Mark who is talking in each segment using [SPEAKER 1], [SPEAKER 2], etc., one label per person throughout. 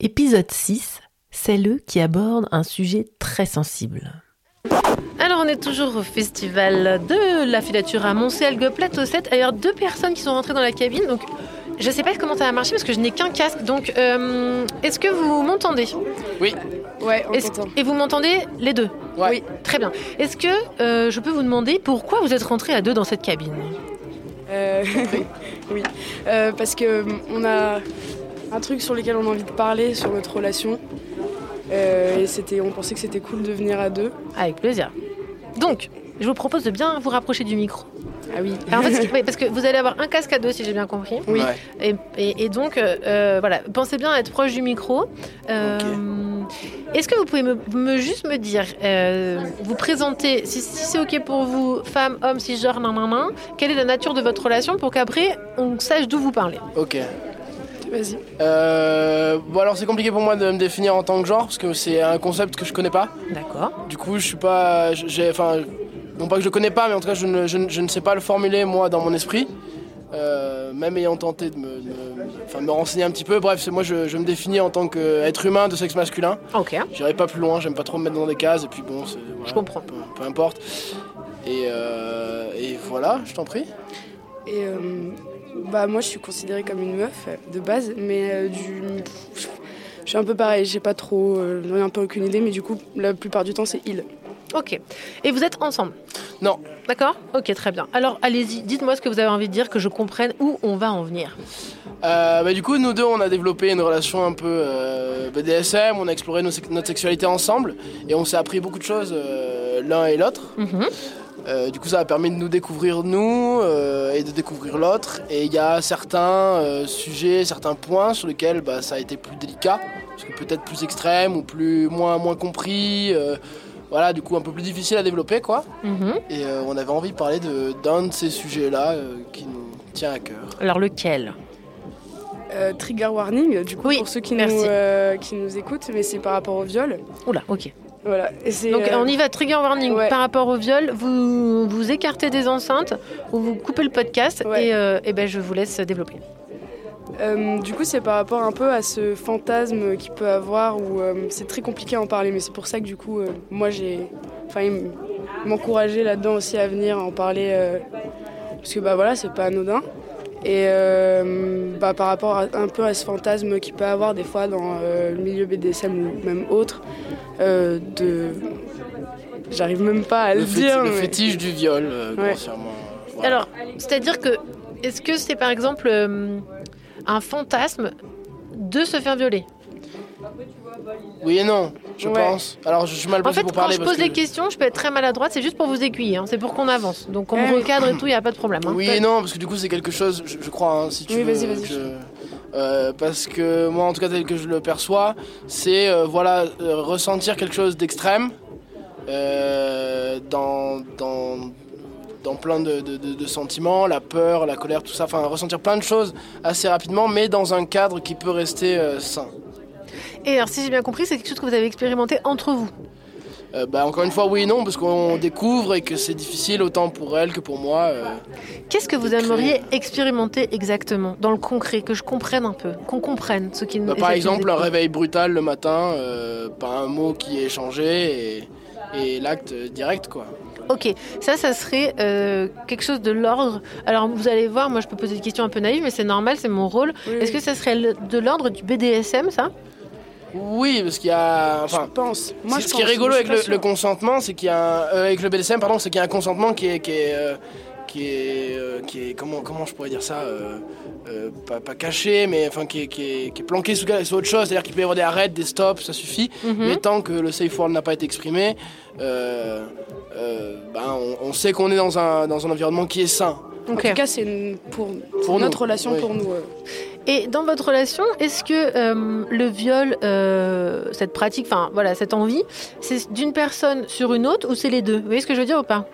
[SPEAKER 1] Épisode 6, c'est le qui aborde un sujet très sensible. Alors on est toujours au festival de la filature à Montcel, Plateau 7. D'ailleurs deux personnes qui sont rentrées dans la cabine, donc je sais pas comment ça va marcher parce que je n'ai qu'un casque. Donc euh, est-ce que vous m'entendez
[SPEAKER 2] Oui.
[SPEAKER 3] Ouais, on
[SPEAKER 1] Est-ce-
[SPEAKER 3] t'entend.
[SPEAKER 1] Et vous m'entendez les deux
[SPEAKER 2] Ouais.
[SPEAKER 1] Oui, très bien. Est-ce que euh, je peux vous demander pourquoi vous êtes rentrés à deux dans cette cabine
[SPEAKER 3] Euh, oui, Euh, parce que euh, on a un truc sur lequel on a envie de parler sur notre relation. Euh, et c'était, on pensait que c'était cool de venir à deux.
[SPEAKER 1] Avec plaisir. Donc, je vous propose de bien vous rapprocher du micro.
[SPEAKER 3] Ah oui.
[SPEAKER 1] Alors, en fait, ce qui- oui, parce que vous allez avoir un casque à deux, si j'ai bien compris.
[SPEAKER 3] Oui.
[SPEAKER 2] Ouais.
[SPEAKER 1] Et, et- et donc, euh, euh, voilà, pensez bien à être proche du micro. Euh, Est-ce que vous pouvez me, me- juste me dire, euh, vous présenter, si, si c'est OK pour vous, femme, homme, si genre, nan, nan, nan, quelle est la nature de votre relation pour qu'après, on sache d'où vous parlez
[SPEAKER 2] Ok.
[SPEAKER 3] Vas-y.
[SPEAKER 2] Euh, bon alors c'est compliqué pour moi de me définir en tant que genre parce que c'est un concept que je connais pas.
[SPEAKER 1] D'accord.
[SPEAKER 2] Du coup je suis pas, j'ai, enfin, non pas que je le connais pas, mais en tout cas je ne, je ne- je ne sais pas le formuler moi dans mon esprit. Euh, même ayant tenté de me, de me- enfin, de me renseigner un petit peu. Bref, c'est moi je, je me définis en tant qu'être humain de sexe masculin.
[SPEAKER 1] OK,
[SPEAKER 2] J'irai pas plus loin, j'aime pas trop me mettre dans des cases et puis bon, c'est, voilà,
[SPEAKER 1] je comprends.
[SPEAKER 2] peu, peu importe. Et, euh, et voilà, je t'en prie.
[SPEAKER 3] Et euh, bah moi, je suis considérée comme une meuf euh, de base, mais euh, du, je suis un peu pareil. J'ai pas trop, euh, j'en ai un peu aucune idée, mais du coup, la plupart du temps, c'est il.
[SPEAKER 1] OK. Et vous êtes ensemble
[SPEAKER 2] Non.
[SPEAKER 1] D'accord OK, très bien. Alors, allez-y, dites-moi ce que vous avez envie de dire, que je comprenne où on va en venir.
[SPEAKER 2] Euh, bah, du coup, nous deux, on a développé une relation un peu euh, BDSM, on a exploré nos sex- notre sexualité ensemble et on s'est appris beaucoup de choses euh, l'un et l'autre.
[SPEAKER 1] Mhm.
[SPEAKER 2] Euh, du coup, ça a permis de nous découvrir nous euh, et de découvrir l'autre. Et il y a certains euh, sujets, certains points sur lesquels bah, ça a été plus délicat, parce que peut-être plus extrême ou plus moins, moins compris. euh, voilà, du coup, un peu plus difficile à développer quoi.
[SPEAKER 1] Mhm.
[SPEAKER 2] Et euh, on avait envie de parler de- d'un de, ces sujets-là euh, qui nous tient à cœur.
[SPEAKER 1] Alors, lequel
[SPEAKER 3] Euh, trigger warning, du coup,
[SPEAKER 1] Oui,
[SPEAKER 3] pour ceux qui
[SPEAKER 1] merci.
[SPEAKER 3] nous, euh, qui nous écoutent, mais c'est par rapport au viol.
[SPEAKER 1] Oula, OK.
[SPEAKER 3] Voilà. Et c'est,
[SPEAKER 1] Donc
[SPEAKER 3] euh,
[SPEAKER 1] on y va, trigger warning
[SPEAKER 3] ouais.
[SPEAKER 1] par rapport au viol, vous vous écartez des enceintes ou vous coupez le podcast
[SPEAKER 3] Ouais.
[SPEAKER 1] et, euh, eh ben, je vous laisse développer.
[SPEAKER 3] Euh, du coup, c'est par rapport un peu à ce fantasme qu'il peut avoir où euh, c'est très compliqué à en parler, mais c'est pour ça que du coup, euh, moi j'ai. Enfin, il m- m'encourageait là-dedans aussi à venir en parler euh, parce que bah voilà, c'est pas anodin. Et euh, bah, par rapport à- un peu à ce fantasme qu'il peut avoir des fois dans euh, le milieu BDSM ou même autre, euh, de. J'arrive même pas à le,
[SPEAKER 2] Le, féti-
[SPEAKER 3] dire.
[SPEAKER 2] le
[SPEAKER 3] mais-
[SPEAKER 2] fétiche du viol, euh,
[SPEAKER 3] Ouais.
[SPEAKER 2] grossièrement. Voilà.
[SPEAKER 1] Alors, c'est-à-dire que, est-ce que c'est par exemple euh, un fantasme de se faire violer
[SPEAKER 2] Oui et non, je
[SPEAKER 3] Ouais.
[SPEAKER 2] pense. Alors, je suis mal
[SPEAKER 1] En
[SPEAKER 2] placé
[SPEAKER 1] fait,
[SPEAKER 2] pour
[SPEAKER 1] quand
[SPEAKER 2] parler.
[SPEAKER 1] je
[SPEAKER 2] parce
[SPEAKER 1] pose
[SPEAKER 2] que-
[SPEAKER 1] des questions, je peux être très maladroite, c'est juste pour vous aiguiller, hein, c'est pour qu'on avance. Donc on
[SPEAKER 3] Eh
[SPEAKER 1] me
[SPEAKER 3] oui.
[SPEAKER 1] recadre et tout, il n'y a pas de problème. hein.
[SPEAKER 2] Oui et non, parce que du coup, c'est quelque chose, je, je crois, hein, si tu
[SPEAKER 3] Oui,
[SPEAKER 2] veux.
[SPEAKER 3] vas-y, vas-y.
[SPEAKER 2] que je- euh, parce que moi, en tout cas, tel que je le perçois, c'est euh, voilà, euh, ressentir quelque chose d'extrême euh, dans, dans, dans plein de, de- de- de sentiments, la peur, la colère, tout ça. Enfin, ressentir plein de choses assez rapidement, mais dans un cadre qui peut rester euh, sain.
[SPEAKER 1] Et alors, si j'ai bien compris, c'est quelque chose que vous avez expérimenté entre vous.
[SPEAKER 2] Euh, bah, encore une fois, oui et non, parce qu'on découvre et que c'est difficile autant pour elle que pour moi. euh,
[SPEAKER 1] Qu'est-ce que vous
[SPEAKER 2] Écrire.
[SPEAKER 1] aimeriez expérimenter exactement, dans le concret, que je comprenne un peu, qu'on comprenne ce qui
[SPEAKER 2] Bah,
[SPEAKER 1] nous
[SPEAKER 2] par
[SPEAKER 1] ce qui nous
[SPEAKER 2] exemple, un
[SPEAKER 1] est-
[SPEAKER 2] réveil brutal le matin, euh, par un mot qui est échangé et, et l'acte direct, quoi.
[SPEAKER 1] Ok, ça, ça serait euh, quelque chose de l'ordre. Alors, vous allez voir, moi, je peux poser des questions un peu naïves, mais c'est normal, c'est mon rôle.
[SPEAKER 3] Oui,
[SPEAKER 1] Est-ce que ça serait le- de l'ordre du BDSM, ça
[SPEAKER 2] Oui, parce qu'il y a.
[SPEAKER 3] je
[SPEAKER 2] Enfin,
[SPEAKER 3] pense. Moi,
[SPEAKER 2] c'est-
[SPEAKER 3] je
[SPEAKER 2] ce qui est
[SPEAKER 3] pense,
[SPEAKER 2] rigolo
[SPEAKER 3] mais
[SPEAKER 2] avec
[SPEAKER 3] je suis
[SPEAKER 2] le,
[SPEAKER 3] pas
[SPEAKER 2] le
[SPEAKER 3] sûre.
[SPEAKER 2] consentement, c'est qu'il y a. un- euh, avec le BDSM, pardon, c'est qu'il y a un consentement qui est. Qui est euh, qui est, euh, qui est- comment comment je pourrais dire ça euh, euh, pas, pas caché mais enfin qui est, qui est- qui est planqué sous, sous autre chose c'est à dire qu'il peut y avoir des arrêts des stops ça suffit
[SPEAKER 1] Mhm. Hmm.
[SPEAKER 2] Mais tant que le safe word n'a pas été exprimé, euh, euh, ben, on, on sait qu'on est dans un, dans un environnement qui est sain.
[SPEAKER 3] En
[SPEAKER 1] Ok.
[SPEAKER 3] tout cas, c'est une- pour,
[SPEAKER 2] Pour
[SPEAKER 3] notre
[SPEAKER 2] nous,
[SPEAKER 3] relation
[SPEAKER 2] oui.
[SPEAKER 3] pour nous. euh.
[SPEAKER 1] Et dans votre relation, est-ce que euh, le viol, euh, cette pratique, enfin, voilà, cette envie, c'est d'une personne sur une autre ou c'est les deux Vous voyez ce que je veux dire ou pas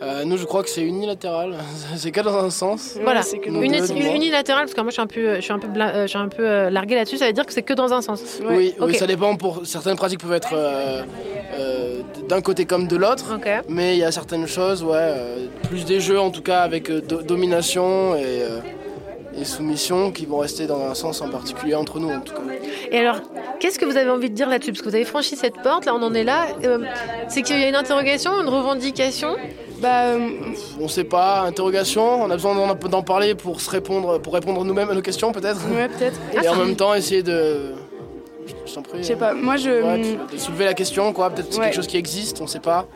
[SPEAKER 2] Euh, nous, je crois que c'est unilatéral. c'est que dans un sens.
[SPEAKER 1] Voilà.
[SPEAKER 3] Ouais, c'est que
[SPEAKER 2] Une
[SPEAKER 3] dans
[SPEAKER 1] Une,
[SPEAKER 2] deux,
[SPEAKER 3] notre-
[SPEAKER 2] du moins.
[SPEAKER 1] unilatérale, parce que moi, je suis un peu, je suis un peu, bla- euh, je suis un peu euh, larguée là-dessus, ça veut dire que c'est que dans un sens.
[SPEAKER 3] Ouais.
[SPEAKER 2] oui, oui,
[SPEAKER 1] ok.
[SPEAKER 2] ça dépend. Pour certaines pratiques peuvent être euh, euh, d'un côté comme de l'autre,
[SPEAKER 1] Ok.
[SPEAKER 2] mais il y a certaines choses, ouais, euh, plus des jeux en tout cas avec euh, do- domination et, euh, et soumission qui vont rester dans un sens en particulier entre nous en tout cas.
[SPEAKER 1] Et alors, qu'est-ce que vous avez envie de dire là-dessus Parce que vous avez franchi cette porte, là on en est là. Euh, c'est qu'il y a une interrogation, une revendication
[SPEAKER 3] Bah, euh,
[SPEAKER 2] On sait pas, interrogation, on a besoin d'en- d'en parler pour se répondre, pour répondre nous-mêmes à nos questions peut-être.
[SPEAKER 3] ouais, peut-être.
[SPEAKER 2] Et
[SPEAKER 1] Ah,
[SPEAKER 2] en
[SPEAKER 1] ça-
[SPEAKER 2] même temps essayer de. Je t'en prie. euh,
[SPEAKER 3] Je sais pas, moi je.
[SPEAKER 2] Ouais, de- de soulever la question, quoi. Peut-être que c'est
[SPEAKER 3] Ouais.
[SPEAKER 2] quelque chose qui existe, on sait pas.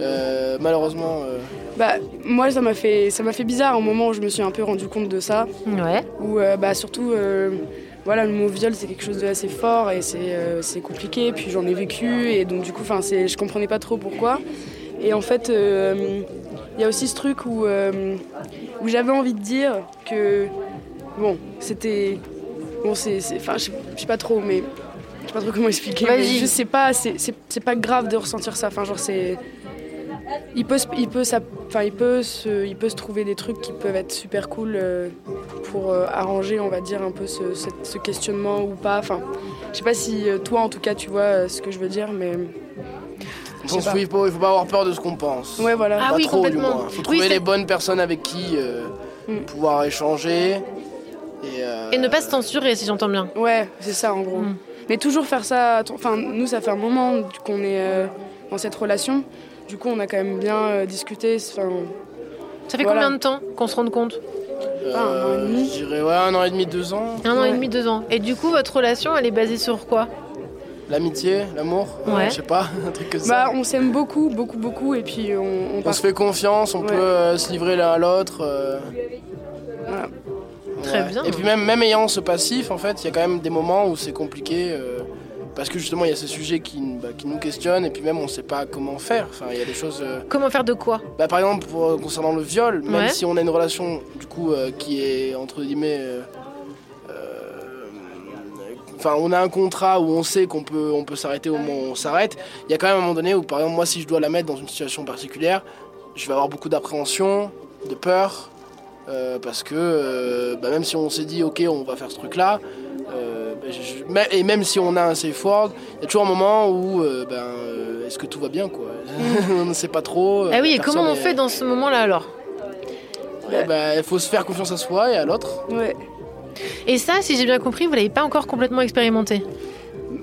[SPEAKER 2] Euh, malheureusement. euh,
[SPEAKER 3] Bah, moi ça m'a fait, ça m'a fait bizarre un moment où je me suis un peu rendu compte de ça.
[SPEAKER 1] Ouais.
[SPEAKER 3] Où, euh, bah, surtout, euh, voilà, le mot viol c'est quelque chose d'assez fort et c'est euh, c'est compliqué. Puis j'en ai vécu et donc du coup, 'fin, c'est- je comprenais pas trop pourquoi. Et en fait, euh, il y a aussi ce truc où, euh, où j'avais envie de dire que, bon, c'était. Bon, c'est. c'est- 'fin, je sais- je sais pas trop, mais. Je sais pas trop comment expliquer. mais
[SPEAKER 1] Vas-y.
[SPEAKER 3] juste, c'est pas, c'est- c'est c'est pas grave de ressentir ça. Enfin, genre, c'est. Il peut, se- il, peut, s'app- enfin, il, peut se, il peut se trouver des trucs qui peuvent être super cool euh, pour euh, arranger, on va dire, un peu ce, ce- ce questionnement ou pas. Enfin, je sais pas si euh, toi, en tout cas, tu vois euh, ce que je veux dire, mais
[SPEAKER 2] on
[SPEAKER 3] sais
[SPEAKER 2] pense
[SPEAKER 3] pas.
[SPEAKER 2] qu'il faut, il faut pas avoir peur de ce qu'on pense.
[SPEAKER 3] ouais, voilà.
[SPEAKER 1] Ah
[SPEAKER 2] pas
[SPEAKER 1] oui,
[SPEAKER 2] trop,
[SPEAKER 1] complètement.
[SPEAKER 2] du moins. Faut
[SPEAKER 1] Oui,
[SPEAKER 2] trouver
[SPEAKER 1] c'est-
[SPEAKER 2] les bonnes personnes avec qui euh,
[SPEAKER 3] Mm.
[SPEAKER 2] pouvoir échanger. Et, euh,
[SPEAKER 1] Et ne pas se censurer, si j'entends bien.
[SPEAKER 3] Ouais, c'est ça en gros.
[SPEAKER 1] Mm.
[SPEAKER 3] Mais toujours faire ça. à ton- Enfin, nous, ça fait un moment qu'on est euh, dans cette relation. Du coup, on a quand même bien euh, discuté. Enfin,
[SPEAKER 1] Ça fait
[SPEAKER 3] Voilà.
[SPEAKER 1] combien de temps qu'on se rende compte
[SPEAKER 2] euh,
[SPEAKER 3] un an et demi.
[SPEAKER 2] Je dirais, ouais, un an et demi, deux ans.
[SPEAKER 1] Un an et
[SPEAKER 3] Ouais.
[SPEAKER 1] demi, deux ans. Et du coup, votre relation, elle est basée sur quoi
[SPEAKER 2] L'amitié, l'amour, euh,
[SPEAKER 1] Ouais.
[SPEAKER 2] je sais pas, un truc comme ça.
[SPEAKER 3] bah, on s'aime beaucoup, beaucoup, beaucoup, et puis on, on
[SPEAKER 2] On
[SPEAKER 3] part-
[SPEAKER 2] se fait confiance, on
[SPEAKER 3] Ouais.
[SPEAKER 2] peut euh, se livrer l'un à l'autre. euh,
[SPEAKER 3] Voilà.
[SPEAKER 1] Très bien.
[SPEAKER 2] Et puis même, même ayant ce passif, en fait, il y a quand même des moments où c'est compliqué. euh, parce que justement, il y a ces sujets qui, bah, qui nous questionnent et puis même on sait pas comment faire. Enfin, il y a des choses. euh,
[SPEAKER 1] Comment faire de quoi
[SPEAKER 2] bah, par exemple, pour- concernant le viol, même
[SPEAKER 1] Ouais.
[SPEAKER 2] si on a une relation du coup euh, qui est entre guillemets. euh, euh, Enfin, on a un contrat où on sait qu'on peut, on peut s'arrêter au moment où on s'arrête. Il y a quand même un moment donné où, par exemple, moi, si je dois la mettre dans une situation particulière, je vais avoir beaucoup d'appréhension, de peur, euh, parce que euh, bah, même si on s'est dit, ok, on va faire ce truc-là, euh, bah, je- je- mais- et même si on a un safe word, il y a toujours un moment où, euh, ben, euh, est-ce que tout va bien, quoi On ne sait pas trop. euh,
[SPEAKER 1] Mm. Ah oui, et
[SPEAKER 2] personne
[SPEAKER 1] comment on
[SPEAKER 2] est-
[SPEAKER 1] fait dans ce moment-là alors
[SPEAKER 2] eh ben, il faut se faire confiance à soi et à l'autre.
[SPEAKER 3] Ouais.
[SPEAKER 1] Et ça, si j'ai bien compris, vous l'avez pas encore complètement expérimenté.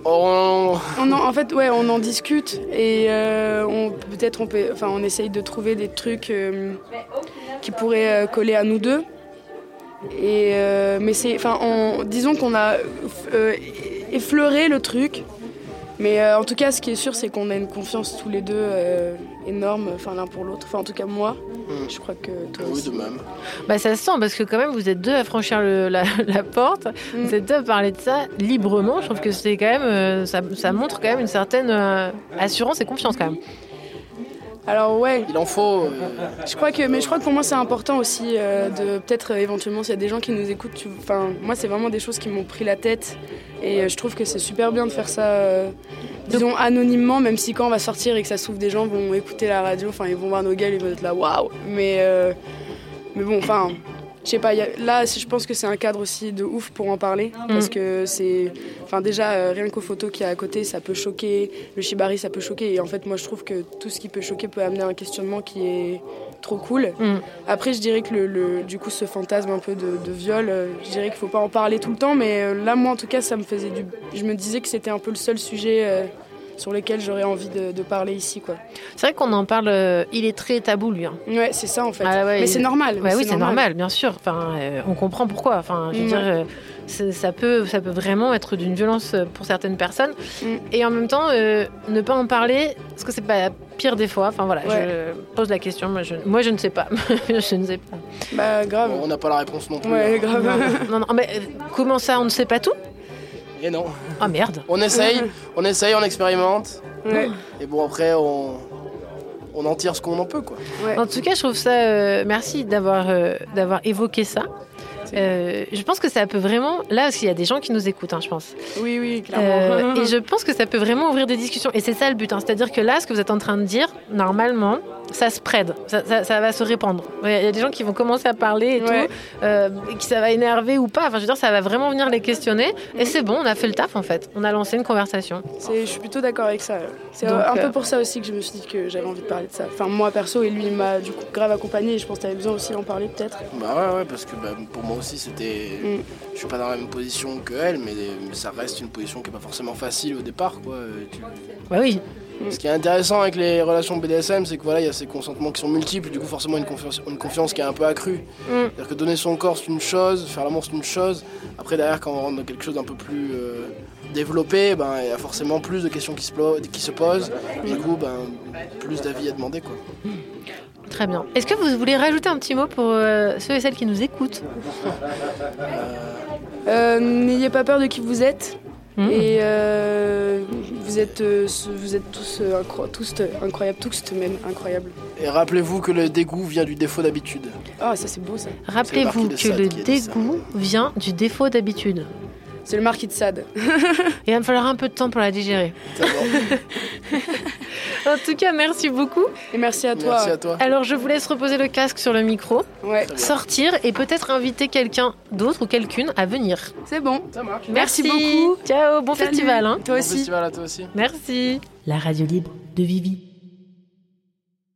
[SPEAKER 2] On-
[SPEAKER 3] On en, en fait, ouais, on en discute et euh, on peut-être on peut, enfin, on essaye de trouver des trucs euh, qui pourraient euh, coller à nous deux. Et euh, mais c'est, enfin, on- disons qu'on a euh, effleuré le truc. Mais euh, en tout cas, ce qui est sûr, c'est qu'on a une confiance tous les deux euh, énorme, enfin l'un pour l'autre. Enfin, en tout cas, moi,
[SPEAKER 2] Mm.
[SPEAKER 3] je crois que toi
[SPEAKER 2] Oui,
[SPEAKER 3] aussi.
[SPEAKER 2] de même.
[SPEAKER 1] Bah ça se sent parce que quand même vous êtes deux à franchir le- la, la porte,
[SPEAKER 3] Mm.
[SPEAKER 1] vous êtes deux à parler de ça librement. Je trouve que c'est quand même euh, ça, ça montre quand même une certaine euh, assurance et confiance quand même.
[SPEAKER 3] Alors ouais,
[SPEAKER 2] Il en faut. euh,
[SPEAKER 3] Je crois que, mais je crois que pour moi c'est important aussi euh, de peut-être euh, éventuellement s'il y a des gens qui nous écoutent. tu- Enfin, moi c'est vraiment des choses qui m'ont pris la tête et euh, je trouve que c'est super bien de faire ça, euh, disons anonymement, même si quand on va sortir et que ça s'ouvre, des gens vont écouter la radio, enfin ils vont voir nos gueules, ils vont être là waouh. Mais euh, mais bon, enfin. Je sais pas, il y a- là c'est- je pense que c'est un cadre aussi de ouf pour en parler parce que c'est. Enfin, déjà, euh, rien qu'aux photos qu'il y a à côté, ça peut choquer, le shibari ça peut choquer et en fait, moi je trouve que tout ce qui peut choquer peut amener un questionnement qui est trop cool.
[SPEAKER 1] Mm.
[SPEAKER 3] Après, je dirais que le, le- du coup, ce fantasme un peu de, de viol, euh, je dirais qu'il faut pas en parler tout le temps, mais euh, là, moi, en tout cas, ça me faisait du. Je me disais que c'était un peu le seul sujet euh, sur lequel j'aurais envie de, de parler ici, quoi.
[SPEAKER 1] C'est vrai qu'on en parle, euh, il est très tabou lui. hein.
[SPEAKER 3] Ouais, c'est ça en fait.
[SPEAKER 1] Ah ouais,
[SPEAKER 3] mais
[SPEAKER 1] il-
[SPEAKER 3] c'est normal.
[SPEAKER 1] Ouais, oui, c'est normal, bien sûr. Enfin, euh, on comprend pourquoi. Enfin, je veux
[SPEAKER 3] Mm.
[SPEAKER 1] dire, euh, c'est- ça peut, ça peut vraiment être d'une violence euh, pour certaines personnes.
[SPEAKER 3] Mm.
[SPEAKER 1] Et en même temps, euh, ne pas en parler, parce que c'est pas pire des fois. Enfin voilà,
[SPEAKER 3] Ouais.
[SPEAKER 1] je pose la question. Moi, je, moi, je ne sais pas. je ne sais pas.
[SPEAKER 3] Bah, grave.
[SPEAKER 2] on n'a pas la réponse non plus.
[SPEAKER 3] Ouais,
[SPEAKER 2] hein.
[SPEAKER 1] Non,
[SPEAKER 3] grave.
[SPEAKER 1] non, non, mais euh, comment ça, on ne sait pas tout
[SPEAKER 2] hein. Et non.
[SPEAKER 1] Ah merde.
[SPEAKER 2] On essaye, on essaye, on expérimente.
[SPEAKER 3] Ouais,
[SPEAKER 2] Et bon, après, on, on en tire ce qu'on en peut, quoi.
[SPEAKER 3] ouais.
[SPEAKER 1] En tout cas, je trouve ça. euh, merci d'avoir euh, d'avoir évoqué ça. Euh, je pense que ça peut vraiment. Là, parce qu'il y a des gens qui nous écoutent, hein, je pense.
[SPEAKER 3] Oui, oui, clairement.
[SPEAKER 1] Euh, et je pense que ça peut vraiment ouvrir des discussions. Et c'est ça le but. hein. C'est-à-dire que là, ce que vous êtes en train de dire, normalement, ça se prête. Ça, ça- ça va se répandre. Il y a- il y a des gens qui vont commencer à parler et
[SPEAKER 3] Ouais.
[SPEAKER 1] tout, euh, et qui ça va énerver ou pas. Enfin, je veux dire, ça va vraiment venir les questionner. Et c'est bon, on a fait le taf en fait. On a lancé une conversation.
[SPEAKER 3] C'est- Je suis plutôt d'accord avec ça. C'est
[SPEAKER 1] Donc,
[SPEAKER 3] un
[SPEAKER 1] euh,
[SPEAKER 3] peu pour ça aussi que je me suis dit que j'avais envie de parler de ça. Enfin, moi perso, et lui, il m'a du coup grave accompagné et je pense que t'avais besoin aussi d'en parler peut-être.
[SPEAKER 2] Bah ouais, ouais, parce que bah, pour moi aussi, c'était.
[SPEAKER 3] Mm.
[SPEAKER 2] Je suis pas dans la même position qu'elle, mais, mais ça reste une position qui est pas forcément facile au départ, quoi. Euh, tu-
[SPEAKER 1] Bah oui,
[SPEAKER 2] Ce qui est intéressant avec les relations BDSM, c'est que voilà, il y a ces consentements qui sont multiples, du coup forcément une confiance, une confiance qui est un peu accrue.
[SPEAKER 3] Mm.
[SPEAKER 2] C'est-à-dire que donner son corps c'est une chose, faire l'amour c'est une chose. Après derrière quand on rentre dans quelque chose d'un peu plus euh, développé, ben il y a forcément plus de questions qui se, plo- qui se posent.
[SPEAKER 3] Mm.
[SPEAKER 2] Du coup, ben plus d'avis à demander quoi.
[SPEAKER 1] très bien. Est-ce que vous voulez rajouter un petit mot pour euh, ceux et celles qui nous écoutent
[SPEAKER 3] Euh, N'ayez pas peur de qui vous êtes.
[SPEAKER 1] Hmm.
[SPEAKER 3] Et euh, vous êtes, euh, ce- vous êtes tous, euh, incro- tous euh, incroyables, tous même incroyables.
[SPEAKER 2] Et rappelez-vous que le dégoût vient du défaut d'habitude.
[SPEAKER 3] Ah, ça c'est beau ça.
[SPEAKER 1] Rappelez-vous
[SPEAKER 2] C'est
[SPEAKER 1] que
[SPEAKER 2] le
[SPEAKER 1] le
[SPEAKER 2] marquis de Sade qui a dit ça.
[SPEAKER 1] dégoût vient du défaut d'habitude.
[SPEAKER 3] C'est le marquis de Sade.
[SPEAKER 1] Et il va me falloir un peu de temps pour la digérer.
[SPEAKER 2] C'est bon.
[SPEAKER 1] En tout cas, merci beaucoup.
[SPEAKER 3] Et merci à toi.
[SPEAKER 2] Merci à toi.
[SPEAKER 1] Alors, je vous laisse reposer le casque sur le micro,
[SPEAKER 3] Ouais,
[SPEAKER 2] Très bien.
[SPEAKER 1] sortir et peut-être inviter quelqu'un d'autre ou quelqu'une à venir.
[SPEAKER 3] c'est bon.
[SPEAKER 2] Ça marche.
[SPEAKER 3] Merci beaucoup.
[SPEAKER 1] Ciao, bon
[SPEAKER 3] Salut.
[SPEAKER 1] festival. hein.
[SPEAKER 3] Toi
[SPEAKER 2] Bon
[SPEAKER 3] aussi.
[SPEAKER 2] festival à toi aussi.
[SPEAKER 1] Merci.
[SPEAKER 4] La radio libre de Vivi.